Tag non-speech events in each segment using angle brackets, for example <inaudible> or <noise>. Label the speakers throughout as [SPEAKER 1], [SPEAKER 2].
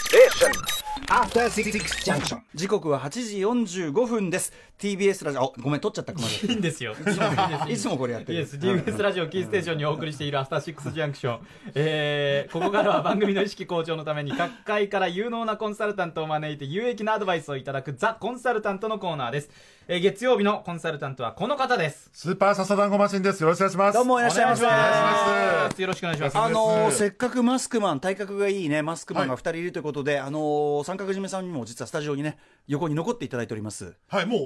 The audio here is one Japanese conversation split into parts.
[SPEAKER 1] Station.
[SPEAKER 2] After Six Junction.
[SPEAKER 3] 時刻は8時45分です TBS ラジオあごめん撮っちゃった熊
[SPEAKER 4] いいんですよ。
[SPEAKER 3] 田いつもこれやってる
[SPEAKER 4] Yes、TBS ラジオキーステーションにお送りしているアフターシックスジャンクション。えー、ここからは番組の意識向上のために、各界から有能なコンサルタントを招いて有益なアドバイスをいただくザ・コンサルタントのコーナーです。えー、月曜日のコンサルタントはこの方です。
[SPEAKER 5] スーパーササダンゴマシンです。よろしくお願いします。
[SPEAKER 3] どうもいらっしゃいませ
[SPEAKER 5] お願いします。
[SPEAKER 4] よろしくお願いします。
[SPEAKER 3] あのー
[SPEAKER 5] です
[SPEAKER 3] せっかくマスクマン体格がいいねマスクマンが2人いるということで、あのー三角締めさんにも実はスタジオにね横に残っていただいております
[SPEAKER 5] はい、も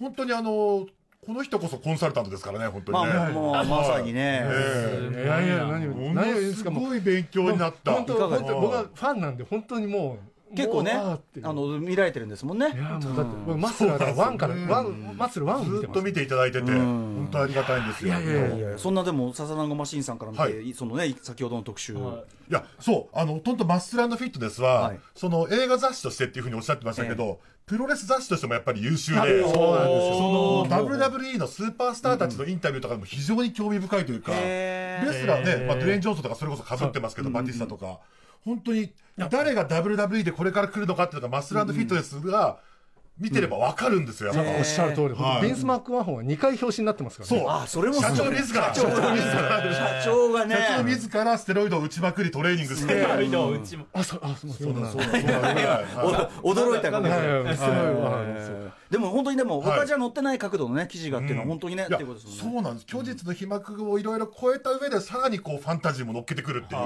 [SPEAKER 5] う、本当にあの、この人こそコンサルタントですからね、本当
[SPEAKER 3] ま
[SPEAKER 5] にね。
[SPEAKER 3] あもう
[SPEAKER 5] はい
[SPEAKER 3] まさに。ね、
[SPEAKER 5] え
[SPEAKER 6] いやいや、何を、
[SPEAKER 5] えも
[SPEAKER 6] 何を言うん
[SPEAKER 5] の
[SPEAKER 6] です
[SPEAKER 5] す
[SPEAKER 6] か、もう。
[SPEAKER 5] ごい勉強になった。
[SPEAKER 6] 本当、
[SPEAKER 3] いか
[SPEAKER 6] 本
[SPEAKER 3] が
[SPEAKER 6] 当、僕はファンなんで、本当にもう。
[SPEAKER 3] 結構ね
[SPEAKER 6] もうあー
[SPEAKER 3] あ
[SPEAKER 6] っていう
[SPEAKER 3] の見られてるんですもんね
[SPEAKER 6] いや、もう、だって、僕マッスルから、ワンから、ワン、マッスルワンを見
[SPEAKER 5] ず
[SPEAKER 6] て
[SPEAKER 5] っ
[SPEAKER 6] ま
[SPEAKER 5] と
[SPEAKER 6] す。
[SPEAKER 5] 見ていただいてて、本当ありがたいんですよ。
[SPEAKER 6] いやいやいや
[SPEAKER 3] いやいやそんなでも笹団子マシンさんから見て、
[SPEAKER 5] はい
[SPEAKER 3] そのね先ほどの特集を、
[SPEAKER 5] いや、そう、あの、ほとんどマッスルフィットですは、
[SPEAKER 3] はい
[SPEAKER 5] その映画雑誌としてっていうふうにおっしゃってましたけど、プロレス雑誌としてもやっぱり優秀で、
[SPEAKER 6] そうなんですよ
[SPEAKER 5] その WWE のスーパースターたちのインタビューとかでも非常に興味深いというか、
[SPEAKER 3] へー
[SPEAKER 5] レスラーね、まあ、ドゥエイン・ジョーンソンとかそれこそかぶってますけど、バティスタとか、本当に誰が WWE でこれから来るのかっていうのがマッスルフィットですが、見てればわかるんですよ、やっぱ
[SPEAKER 6] おっしゃる通り、本
[SPEAKER 5] はい
[SPEAKER 6] 当ベンスマークワンホンは2回表紙になってますからね。
[SPEAKER 5] そう。
[SPEAKER 3] あそれもすご
[SPEAKER 5] 社
[SPEAKER 3] い
[SPEAKER 5] 長自ら、
[SPEAKER 3] 社長社長がね
[SPEAKER 5] 社長自らステロイドを打ちまくりトレーニングして、
[SPEAKER 4] はいどううちも。
[SPEAKER 6] あ、そう、あ、そう、そうなんだ。
[SPEAKER 3] お驚いたか
[SPEAKER 4] なんだ
[SPEAKER 3] ら
[SPEAKER 6] はいはいはいすごいはいそう
[SPEAKER 3] でも本当にでも
[SPEAKER 5] はい
[SPEAKER 3] 他じゃ載ってない角度のね記事がっていうのは本当にね、
[SPEAKER 5] いや
[SPEAKER 3] っていうことです
[SPEAKER 5] そ
[SPEAKER 3] もんね
[SPEAKER 5] うなんです虚実の皮膜をいろいろ超えた上でさらにこうファンタジーも乗っけてくるっていう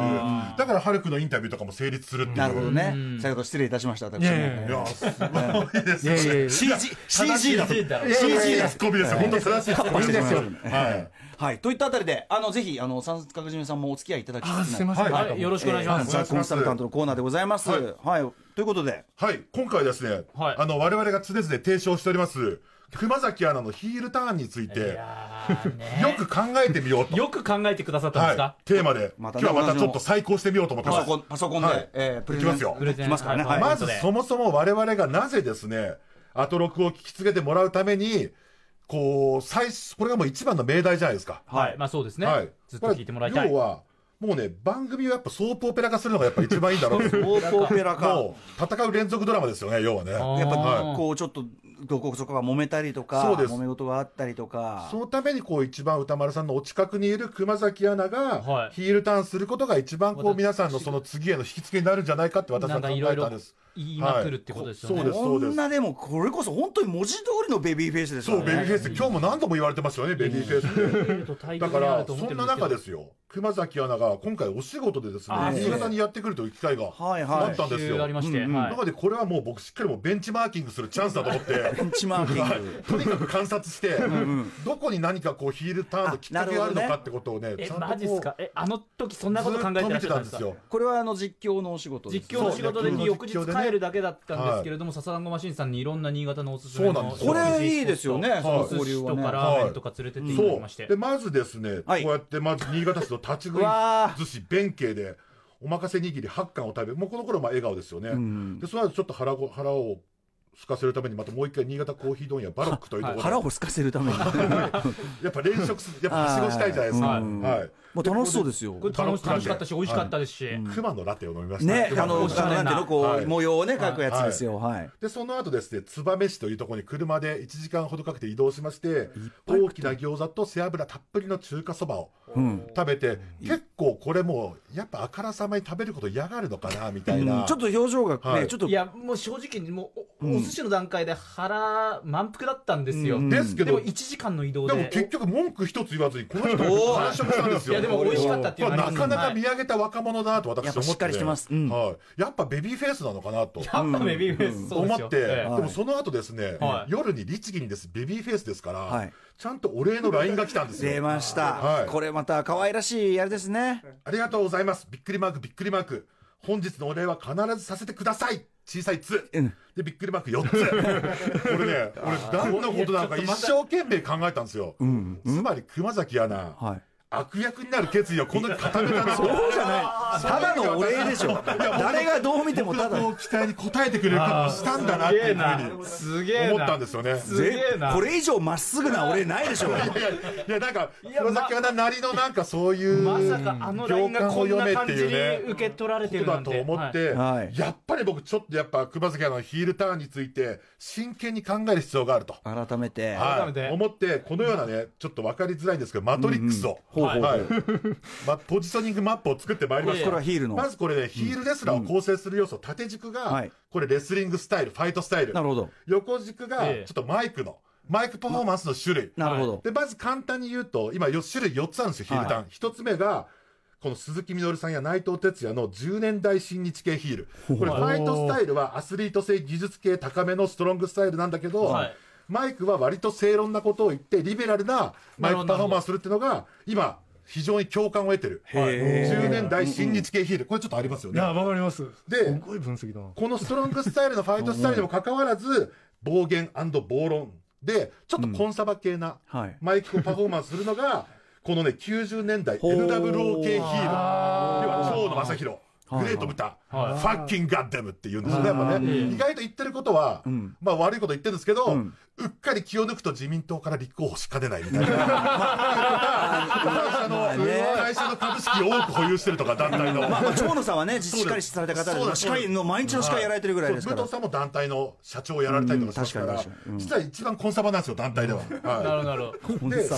[SPEAKER 5] だからハルクのインタビューとかも成立するっていう
[SPEAKER 3] なるほどね先ほど失礼いたしました私も
[SPEAKER 6] いやいや
[SPEAKER 5] いやすごいです
[SPEAKER 6] いやいやい
[SPEAKER 5] ね
[SPEAKER 6] や。
[SPEAKER 3] CG CG だと
[SPEAKER 4] CG だろ
[SPEAKER 5] CG のツッコミですよ本当正しいツッコミですよはい
[SPEAKER 3] はいといったあたりであのぜひあの三角締めさんもお付き合いいただき
[SPEAKER 6] あ、すいません。
[SPEAKER 5] はい
[SPEAKER 4] はい、よろしくお願いします。
[SPEAKER 3] ザコンサルタントのコーナーでございます
[SPEAKER 5] はい
[SPEAKER 3] はいということで
[SPEAKER 5] はい今回はですね
[SPEAKER 4] はい
[SPEAKER 5] あの我々が常々提唱しております熊崎アナのヒールターンについて
[SPEAKER 4] い
[SPEAKER 5] よ
[SPEAKER 4] やーね
[SPEAKER 5] く考えてみようと
[SPEAKER 4] よく考えてくださったんです
[SPEAKER 5] は
[SPEAKER 4] か
[SPEAKER 5] いテーマで
[SPEAKER 3] ま
[SPEAKER 5] 今
[SPEAKER 3] たね
[SPEAKER 5] 日はまたちょっと再考してみようと思って
[SPEAKER 3] パソ
[SPEAKER 5] ます
[SPEAKER 3] コンパソコンで、
[SPEAKER 5] はい
[SPEAKER 3] えープレ
[SPEAKER 5] いきますよ
[SPEAKER 3] ゼンできますからね
[SPEAKER 4] プレゼン
[SPEAKER 3] はい
[SPEAKER 5] まずそもそも我々がなぜですね、アトロクを聞きつけてもらうために、こう、最初、これがもう一番の命題じゃないですか。
[SPEAKER 4] はい、まあそうですね。
[SPEAKER 5] はい。
[SPEAKER 4] ずっと聞いてもらいた
[SPEAKER 5] これ
[SPEAKER 4] い
[SPEAKER 5] 要。は、もうね、番組をやっぱソープオペラ化するのがやっぱ一番いいんだろ
[SPEAKER 4] <laughs>
[SPEAKER 5] うと。
[SPEAKER 3] オープンオペラか
[SPEAKER 5] もう、戦う連続ドラマですよね、要はね。
[SPEAKER 4] あー
[SPEAKER 3] やっぱ、
[SPEAKER 4] はい
[SPEAKER 3] こうちょっとどこそこが揉めたりとか
[SPEAKER 5] そうです
[SPEAKER 3] 揉め事があったりとか
[SPEAKER 5] そのためにこう一番歌丸さんのお近くにいる熊崎アナ
[SPEAKER 4] は
[SPEAKER 5] が
[SPEAKER 4] い
[SPEAKER 5] ヒールターンすることが一番こう皆さんのその次への引き付けになるんじゃないかって私
[SPEAKER 4] な
[SPEAKER 5] は
[SPEAKER 4] ん
[SPEAKER 5] 考
[SPEAKER 4] かいろ
[SPEAKER 5] え
[SPEAKER 4] い
[SPEAKER 5] たん
[SPEAKER 4] ろ
[SPEAKER 5] です。
[SPEAKER 4] 言いまくるってことですよね。。
[SPEAKER 5] はいこそうです
[SPEAKER 3] 女でもこれこそ本当に文字通りのベビーフェイスです
[SPEAKER 5] そ
[SPEAKER 3] よ
[SPEAKER 5] う、
[SPEAKER 3] ね
[SPEAKER 5] ベビーフェイスって今日も何度も言われてますよね、ベビーフェイスって。だから、そんな中ですすよ、熊崎アナが今回お仕事でですね
[SPEAKER 4] あ、ー
[SPEAKER 5] 新潟にやってくるという機会が
[SPEAKER 3] はいはい
[SPEAKER 5] あったんですよ。
[SPEAKER 4] ありまして、
[SPEAKER 5] なので、これはもう僕しっかりもうベンチマーキングするチャンスだと思って、
[SPEAKER 3] ベンチマーキング、
[SPEAKER 5] とにかく観察して、どこに何かこうヒールターンのきっかけがあるのかってことをね、
[SPEAKER 4] え
[SPEAKER 5] ちゃんと
[SPEAKER 4] マジっ
[SPEAKER 5] こ
[SPEAKER 4] す
[SPEAKER 5] う、ず
[SPEAKER 4] かえあの時そんなこと考
[SPEAKER 5] っ
[SPEAKER 4] えて
[SPEAKER 5] と
[SPEAKER 4] らっ
[SPEAKER 5] 見
[SPEAKER 4] してゃったん
[SPEAKER 5] た
[SPEAKER 4] で
[SPEAKER 5] んですす
[SPEAKER 4] か
[SPEAKER 5] よ。
[SPEAKER 3] これはあの実況のお仕事です
[SPEAKER 4] 実況の仕事で
[SPEAKER 5] そう
[SPEAKER 4] 翌日
[SPEAKER 5] 実況でね
[SPEAKER 4] 帰るだけだったんですけれども、笹団子マシンさんにいろんな新潟のおすすめ
[SPEAKER 5] そうなん
[SPEAKER 4] の
[SPEAKER 5] ですよ
[SPEAKER 3] これいいですよね
[SPEAKER 4] はい
[SPEAKER 3] その
[SPEAKER 4] お
[SPEAKER 3] 交
[SPEAKER 4] 寿
[SPEAKER 3] 流
[SPEAKER 4] 司
[SPEAKER 3] は
[SPEAKER 4] と
[SPEAKER 3] ね
[SPEAKER 4] かラーメンとか連れてっていただ
[SPEAKER 5] そ
[SPEAKER 4] きまして
[SPEAKER 5] う。で、まずですね、こ
[SPEAKER 3] はいう
[SPEAKER 5] やってまず新潟市の立ち食
[SPEAKER 3] う
[SPEAKER 5] い
[SPEAKER 3] わー
[SPEAKER 5] 寿司弁慶で、お任せ握り8貫を食べ、もうこの頃まあ笑顔ですよね。で、その後ちょっと腹ご腹を空かせるために、またもう一回新潟コーヒー問屋バロックというところで
[SPEAKER 3] 腹をすかせるため
[SPEAKER 5] <laughs>
[SPEAKER 3] に
[SPEAKER 5] やっぱ連食する、やっぱはしごしたいじゃないですか。
[SPEAKER 4] はい
[SPEAKER 5] はい。
[SPEAKER 3] もう楽しそうですよ
[SPEAKER 4] これ楽し楽しかったし美味しかったですし、
[SPEAKER 5] 熊のラテを飲みました。
[SPEAKER 3] ね
[SPEAKER 5] 熊
[SPEAKER 3] あの
[SPEAKER 4] おしゃれ
[SPEAKER 3] な
[SPEAKER 4] な
[SPEAKER 3] んていうのこう、
[SPEAKER 5] はい
[SPEAKER 3] 模様をね描くやつですよはい、
[SPEAKER 5] で、その後ですね、燕市というところに車で1時間ほどかけて移動しまして、
[SPEAKER 3] ぱい食
[SPEAKER 5] 大きな餃子と背脂たっぷりの中華そばを
[SPEAKER 3] うん
[SPEAKER 5] 食べて、結構これもう、やっぱあからさまに食べること嫌がるのかな、みたい
[SPEAKER 3] う
[SPEAKER 5] な。
[SPEAKER 3] んちょっと表情がね、
[SPEAKER 5] はい
[SPEAKER 3] ちょっと
[SPEAKER 4] いやもう正直にもうおお寿司の段階で腹満腹だったんですよ、
[SPEAKER 3] うん
[SPEAKER 5] ですけ
[SPEAKER 4] で
[SPEAKER 5] ど、
[SPEAKER 4] も
[SPEAKER 5] で
[SPEAKER 4] 1時間の移動で
[SPEAKER 5] も
[SPEAKER 4] <laughs>
[SPEAKER 5] 結局文句一つ言わずに、この人
[SPEAKER 3] おー
[SPEAKER 5] 完食したんですよ。
[SPEAKER 4] いやでも美味しかったっていう
[SPEAKER 5] こ
[SPEAKER 4] の
[SPEAKER 5] れ
[SPEAKER 4] はあり
[SPEAKER 5] なかな
[SPEAKER 4] ます
[SPEAKER 5] か見上げた若者だなと私
[SPEAKER 3] やっぱ
[SPEAKER 5] 思って
[SPEAKER 3] しっかりしてますうん
[SPEAKER 5] はい、やっぱベビーフェイスなのかなと
[SPEAKER 4] はいやっぱベビーフェイスそうです
[SPEAKER 5] 思
[SPEAKER 4] よ
[SPEAKER 5] って、
[SPEAKER 4] え
[SPEAKER 5] で
[SPEAKER 4] え
[SPEAKER 5] もその後ですね、
[SPEAKER 4] はい
[SPEAKER 5] 夜に律儀にですベビーフェイスですから、
[SPEAKER 3] はい
[SPEAKER 5] ちゃんとお礼の LINE が来たんです
[SPEAKER 3] 出
[SPEAKER 5] よ
[SPEAKER 3] ました、
[SPEAKER 5] はい
[SPEAKER 3] これまた可愛らしいあれですね
[SPEAKER 5] ありがとうございますびっくりマークびっくりマーク本日のお礼は必ずさせてください小さいつ、
[SPEAKER 3] うん
[SPEAKER 5] でびっくりマーク4つ
[SPEAKER 4] <laughs>
[SPEAKER 5] これね俺何のことなのか一生懸命考えたんですよ、つまり熊崎アナ、
[SPEAKER 3] はい
[SPEAKER 5] 悪役になる決意をこんなに固めたなそう
[SPEAKER 3] じゃないただのお礼でしょ誰がどう見てもただ
[SPEAKER 5] の期待に応えてくれるかもしたんだなっていうふうに
[SPEAKER 4] すげえな。
[SPEAKER 5] 思ったんですよね
[SPEAKER 4] すげえな。
[SPEAKER 3] これ以上まっすぐなお礼ないでしょうよ
[SPEAKER 5] いやいやなんか
[SPEAKER 4] や
[SPEAKER 5] 黒崎アナなりのなんかそういう
[SPEAKER 4] まさかあのラインがこんな感じに受け取られて
[SPEAKER 5] こと
[SPEAKER 4] るな
[SPEAKER 5] だ
[SPEAKER 4] ん
[SPEAKER 5] と
[SPEAKER 4] て。
[SPEAKER 5] 思っ
[SPEAKER 4] はい
[SPEAKER 5] て、
[SPEAKER 3] はい
[SPEAKER 5] やっぱり僕ちょっとやっぱ熊崎アナのヒールターンについて真剣に考える必要があると。
[SPEAKER 3] 改めて
[SPEAKER 5] は
[SPEAKER 4] 改めて
[SPEAKER 5] い、思ってこのようなねちょっと分かりづらいんですけどマトリックスを
[SPEAKER 3] ほうほうほう
[SPEAKER 5] はいまポジショニングマップを作ってまいりました
[SPEAKER 4] これ
[SPEAKER 3] はヒールの
[SPEAKER 5] まずこれねヒールレスラーを構成する要素縦軸
[SPEAKER 3] は
[SPEAKER 5] が
[SPEAKER 3] い
[SPEAKER 5] これレスリングスタイルファイトスタイル
[SPEAKER 3] なるほど
[SPEAKER 5] 横軸がちょ
[SPEAKER 4] ええ
[SPEAKER 5] っとマイクのマイクパフォーマンスの種類
[SPEAKER 3] なるほど
[SPEAKER 5] で、まず簡単に言うと、今、よ種類4つあるんですよ、ヒールターン。1つ目が、この鈴木みのるさんや内藤哲也の10年代新日系ヒール。これ、ファイトスタイルはアスリート性技術系高めのストロングスタイルなんだけど、
[SPEAKER 4] はい
[SPEAKER 5] マイクは割と正論なことを言って、リベラルなマイクパフォーマンスするっていうのが、今、非常に共感を得てる。10年代新日系ヒール。これちょっとありますよ
[SPEAKER 6] いや、
[SPEAKER 5] ね。
[SPEAKER 6] わかります。
[SPEAKER 5] です
[SPEAKER 6] ごい分析だな。
[SPEAKER 5] このストロングスタイルのファイトスタイルにもかかわらず、暴言暴論で、ちょっとコンサバ系な
[SPEAKER 3] はい
[SPEAKER 5] マイクをパフォーマンスするのが、このね、90年代 NWO 系ヒーロー。要は、蝶野正宏。グレート豚、ファッキンガッデムって言うんですよね。やっぱね、意外と言ってることは、まあ悪いこと言ってるんですけど、うっかり気を抜くと自民党から立候補しかねないみたいな。会社の、会社の株式を多く保有してるとか、団体の。
[SPEAKER 3] まあまあ長野さんはねしっかりされた方
[SPEAKER 5] そう
[SPEAKER 3] で
[SPEAKER 5] だ
[SPEAKER 3] 司会の毎日の司会やられてるぐらいですか
[SPEAKER 5] そう武
[SPEAKER 3] ら
[SPEAKER 5] 藤さんも団体の社長をやられたりとかしますから、
[SPEAKER 3] うん確かに確かにうん
[SPEAKER 5] 実は一番コンサバなんですよ、団体では。
[SPEAKER 4] なる
[SPEAKER 5] は
[SPEAKER 4] ほどなるほど。
[SPEAKER 5] い、でそ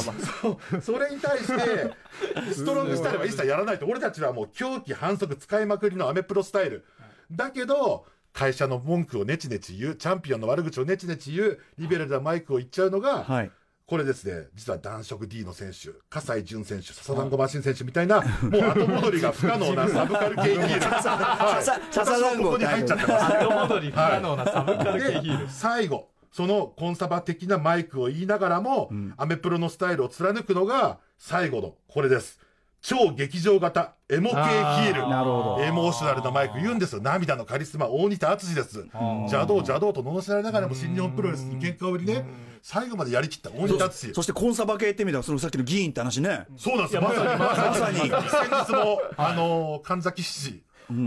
[SPEAKER 5] うそれに対して、
[SPEAKER 3] <laughs>
[SPEAKER 5] ストロングスタイルは一切やらないと、俺たちはもう狂気反則使いまくりのアメプロスタイル。だけど、会社の文句をネチネチ言う、チャンピオンの悪口をネチネチ言う、リベラルなマイクを言っちゃうのが、
[SPEAKER 3] はい
[SPEAKER 5] これですね、実は男色 D の選手、葛西潤選手、笹団子マシン選手みたいな、もう後戻りが不可能なサブカル系ヒール。はい
[SPEAKER 3] 笹笹団子
[SPEAKER 5] 私もここに入っちゃってます。
[SPEAKER 4] 後戻り不可能なサブカル系ヒール
[SPEAKER 5] で。最後そのコンサバ的なマイクを言いながらも、アメプロのスタイルを貫くのが最後のこれです超劇場型エモ系ヒール
[SPEAKER 4] あー
[SPEAKER 3] なるほど
[SPEAKER 5] エモーショナルなマイク言うんですよ涙のカリスマ大仁田敦です邪道邪道と罵られながらも新日本プロレスに喧嘩を売りね最後までやりきった大仁田敦
[SPEAKER 3] そしてコンサバ系ってみたらそのさっきの議員って話ね
[SPEAKER 5] そうなんですよ
[SPEAKER 4] いやまさに
[SPEAKER 5] ま
[SPEAKER 3] さに
[SPEAKER 5] まさに先日もあのー神崎市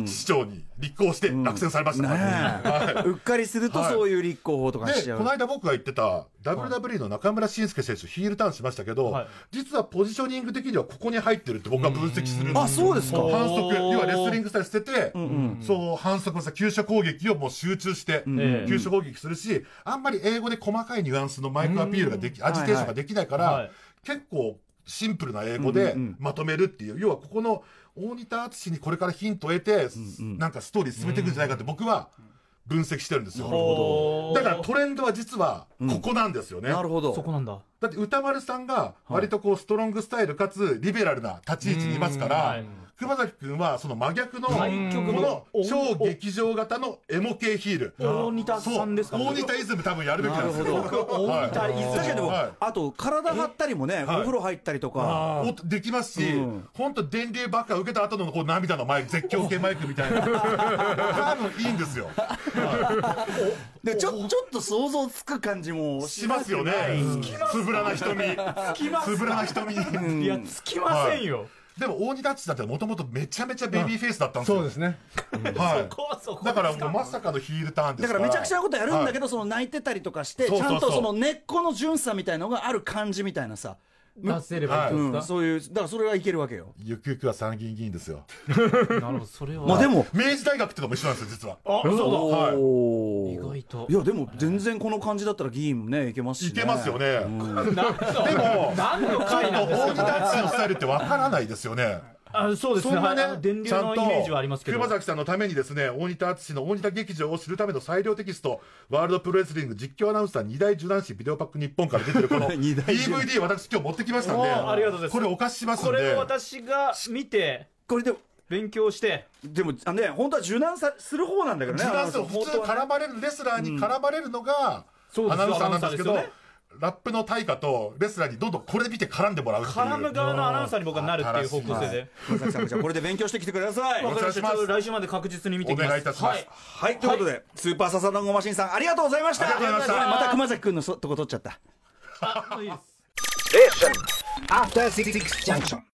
[SPEAKER 5] 市長に立候補して落選されまし
[SPEAKER 3] ね
[SPEAKER 5] たから
[SPEAKER 3] え
[SPEAKER 5] はいう
[SPEAKER 3] っかりすると
[SPEAKER 5] はい
[SPEAKER 3] そういう立候補とかしち
[SPEAKER 5] で、
[SPEAKER 3] ゃ
[SPEAKER 5] こ
[SPEAKER 3] う
[SPEAKER 5] の間僕が言ってた WWE の中村慎介選手、ヒールターンしましたけど、
[SPEAKER 4] はい
[SPEAKER 5] 実はポジショニング的にはここに入ってるって僕は分析するん
[SPEAKER 3] あそうですか
[SPEAKER 5] もう反
[SPEAKER 4] お
[SPEAKER 5] 則、
[SPEAKER 4] ー
[SPEAKER 5] 要はレスリングスタイル捨てて、そう、反則をした急所攻撃をもう集中して、
[SPEAKER 4] ええ
[SPEAKER 5] 急所攻撃するし、あんまり英語で細かいニュアンスのマイクアピールができ、アジテーションができないから、
[SPEAKER 4] はいはい
[SPEAKER 5] 結構シンプルな英語で
[SPEAKER 3] うんうんうん
[SPEAKER 5] まとめるっていう、要はここの大仁田淳にこれからヒントを得て、なんかストーリー進めていくんじゃないかって僕は分析してるんですよ。
[SPEAKER 4] ほう
[SPEAKER 5] だからトレンドは実はここなんですよね。
[SPEAKER 3] なるほど
[SPEAKER 4] そこなんだ。
[SPEAKER 5] だって歌丸さんが割とこうストロングスタイルかつリベラルな立ち位置にいますか
[SPEAKER 4] うんは
[SPEAKER 5] ら
[SPEAKER 4] い、
[SPEAKER 5] 熊崎くんはその真逆の、こ
[SPEAKER 4] 対極の
[SPEAKER 5] の超劇場型のエモ系ヒール。
[SPEAKER 4] 大仁田さんですか
[SPEAKER 5] そう大仁田イズム多分やるべきなんですよ。
[SPEAKER 3] なる
[SPEAKER 5] 僕は
[SPEAKER 4] 大仁田イズム
[SPEAKER 5] は
[SPEAKER 3] 確
[SPEAKER 5] い
[SPEAKER 3] かにでも
[SPEAKER 5] はい
[SPEAKER 3] あと体張ったりもねお風呂入ったりとか
[SPEAKER 5] おできますし、本当電流爆破受けた後のこう涙のマイク、絶叫系マイクみたいな。多分いいんですよ。
[SPEAKER 3] でちょちょっと想像つく感じも
[SPEAKER 5] しますよね。つぶらな瞳。つぶらな瞳。
[SPEAKER 4] いやつきませんよ。
[SPEAKER 5] でも大仁田淳だってもともとめちゃめちゃベビーフェイスだったんですよ。
[SPEAKER 6] そうですね。
[SPEAKER 5] はい。
[SPEAKER 4] こうそこ
[SPEAKER 5] だからもうまさかのヒールターンで
[SPEAKER 3] だ
[SPEAKER 5] す
[SPEAKER 3] か
[SPEAKER 5] からら。
[SPEAKER 3] めちゃくちゃなことやるんだけ
[SPEAKER 5] ど。
[SPEAKER 3] ど、その泣いてたりとかして、
[SPEAKER 5] そう
[SPEAKER 3] ち
[SPEAKER 5] そう
[SPEAKER 3] ゃ
[SPEAKER 5] そ
[SPEAKER 3] ん
[SPEAKER 5] う
[SPEAKER 3] とその根っこの純さみたいのがある感じみたいなさ、
[SPEAKER 4] 出せればいい
[SPEAKER 5] そ
[SPEAKER 4] ん
[SPEAKER 3] う
[SPEAKER 4] で
[SPEAKER 3] ん、
[SPEAKER 4] すか。
[SPEAKER 3] そういう、だからそれはいけるわけよ。
[SPEAKER 5] ゆくゆくは参議院議員ですよ。
[SPEAKER 4] なるほどそれは。
[SPEAKER 3] まあでも、
[SPEAKER 5] 明治大学ってのも一緒なんですよ、実は。あ、
[SPEAKER 3] お
[SPEAKER 5] だ。は
[SPEAKER 3] ー
[SPEAKER 4] 意外と
[SPEAKER 3] いや、でも全然この感じだったら議員もね、いけます
[SPEAKER 5] い。
[SPEAKER 3] し、
[SPEAKER 5] いけますよ。ね。
[SPEAKER 4] なんの
[SPEAKER 5] でも、
[SPEAKER 4] 何の
[SPEAKER 5] ちょっ
[SPEAKER 4] 回
[SPEAKER 5] と
[SPEAKER 4] なんです
[SPEAKER 5] 大仁
[SPEAKER 4] か。
[SPEAKER 5] 田淳のスタイルってわからないですよね。
[SPEAKER 4] あそうです
[SPEAKER 5] そん
[SPEAKER 4] ね。
[SPEAKER 5] な
[SPEAKER 4] はいあ
[SPEAKER 5] ね
[SPEAKER 4] の、電流
[SPEAKER 5] ちゃ
[SPEAKER 4] の
[SPEAKER 5] ん
[SPEAKER 4] イメージはあります
[SPEAKER 5] と、
[SPEAKER 4] けど。
[SPEAKER 5] 熊崎さんのためにですね、大仁田淳の大仁田劇場を知るための最良テキスト、ワールドプロレスリング実況アナウンサー二大受難誌ビデオパック日本から出てるこの
[SPEAKER 3] <laughs> 二大受難
[SPEAKER 5] DVD 私今日持ってきましたん
[SPEAKER 4] お
[SPEAKER 5] で、
[SPEAKER 4] ーありがとうございます
[SPEAKER 5] これお貸ししますん
[SPEAKER 4] こ
[SPEAKER 5] で。
[SPEAKER 4] れを私が見て
[SPEAKER 3] これでも、
[SPEAKER 4] 勉強して。
[SPEAKER 3] でも、あのね、本当は柔軟さする方なんだけどね。
[SPEAKER 5] ジュランス
[SPEAKER 3] あの
[SPEAKER 5] 普
[SPEAKER 3] 本
[SPEAKER 5] 通
[SPEAKER 3] 当はね
[SPEAKER 5] 絡まれるレスラーに絡まれるのが、
[SPEAKER 4] そうです
[SPEAKER 5] アナウンサーなんですけど
[SPEAKER 4] アナウンサーです
[SPEAKER 5] ラップの対価とレスラーにどんどんこれ見て絡んでもらうっていう
[SPEAKER 4] 絡む側のアナウンサーに僕はなるっていう方向性で。
[SPEAKER 3] 熊崎さんもじゃあこれで勉強してきてください。
[SPEAKER 5] お
[SPEAKER 4] わか
[SPEAKER 5] 願
[SPEAKER 4] り
[SPEAKER 5] い
[SPEAKER 4] まし
[SPEAKER 5] します
[SPEAKER 4] た。ちょっと来週まで確実に見て
[SPEAKER 5] お
[SPEAKER 4] いきます。
[SPEAKER 5] 願いいたしま
[SPEAKER 4] は
[SPEAKER 5] す、
[SPEAKER 4] い
[SPEAKER 3] はい、ということで、スーパーササダンゴマシンさん、ありがとうございました。
[SPEAKER 5] ありがとうございました
[SPEAKER 3] これまた熊崎くんのそとこ取っちゃった。
[SPEAKER 4] あもういいです。
[SPEAKER 2] After Six Junction.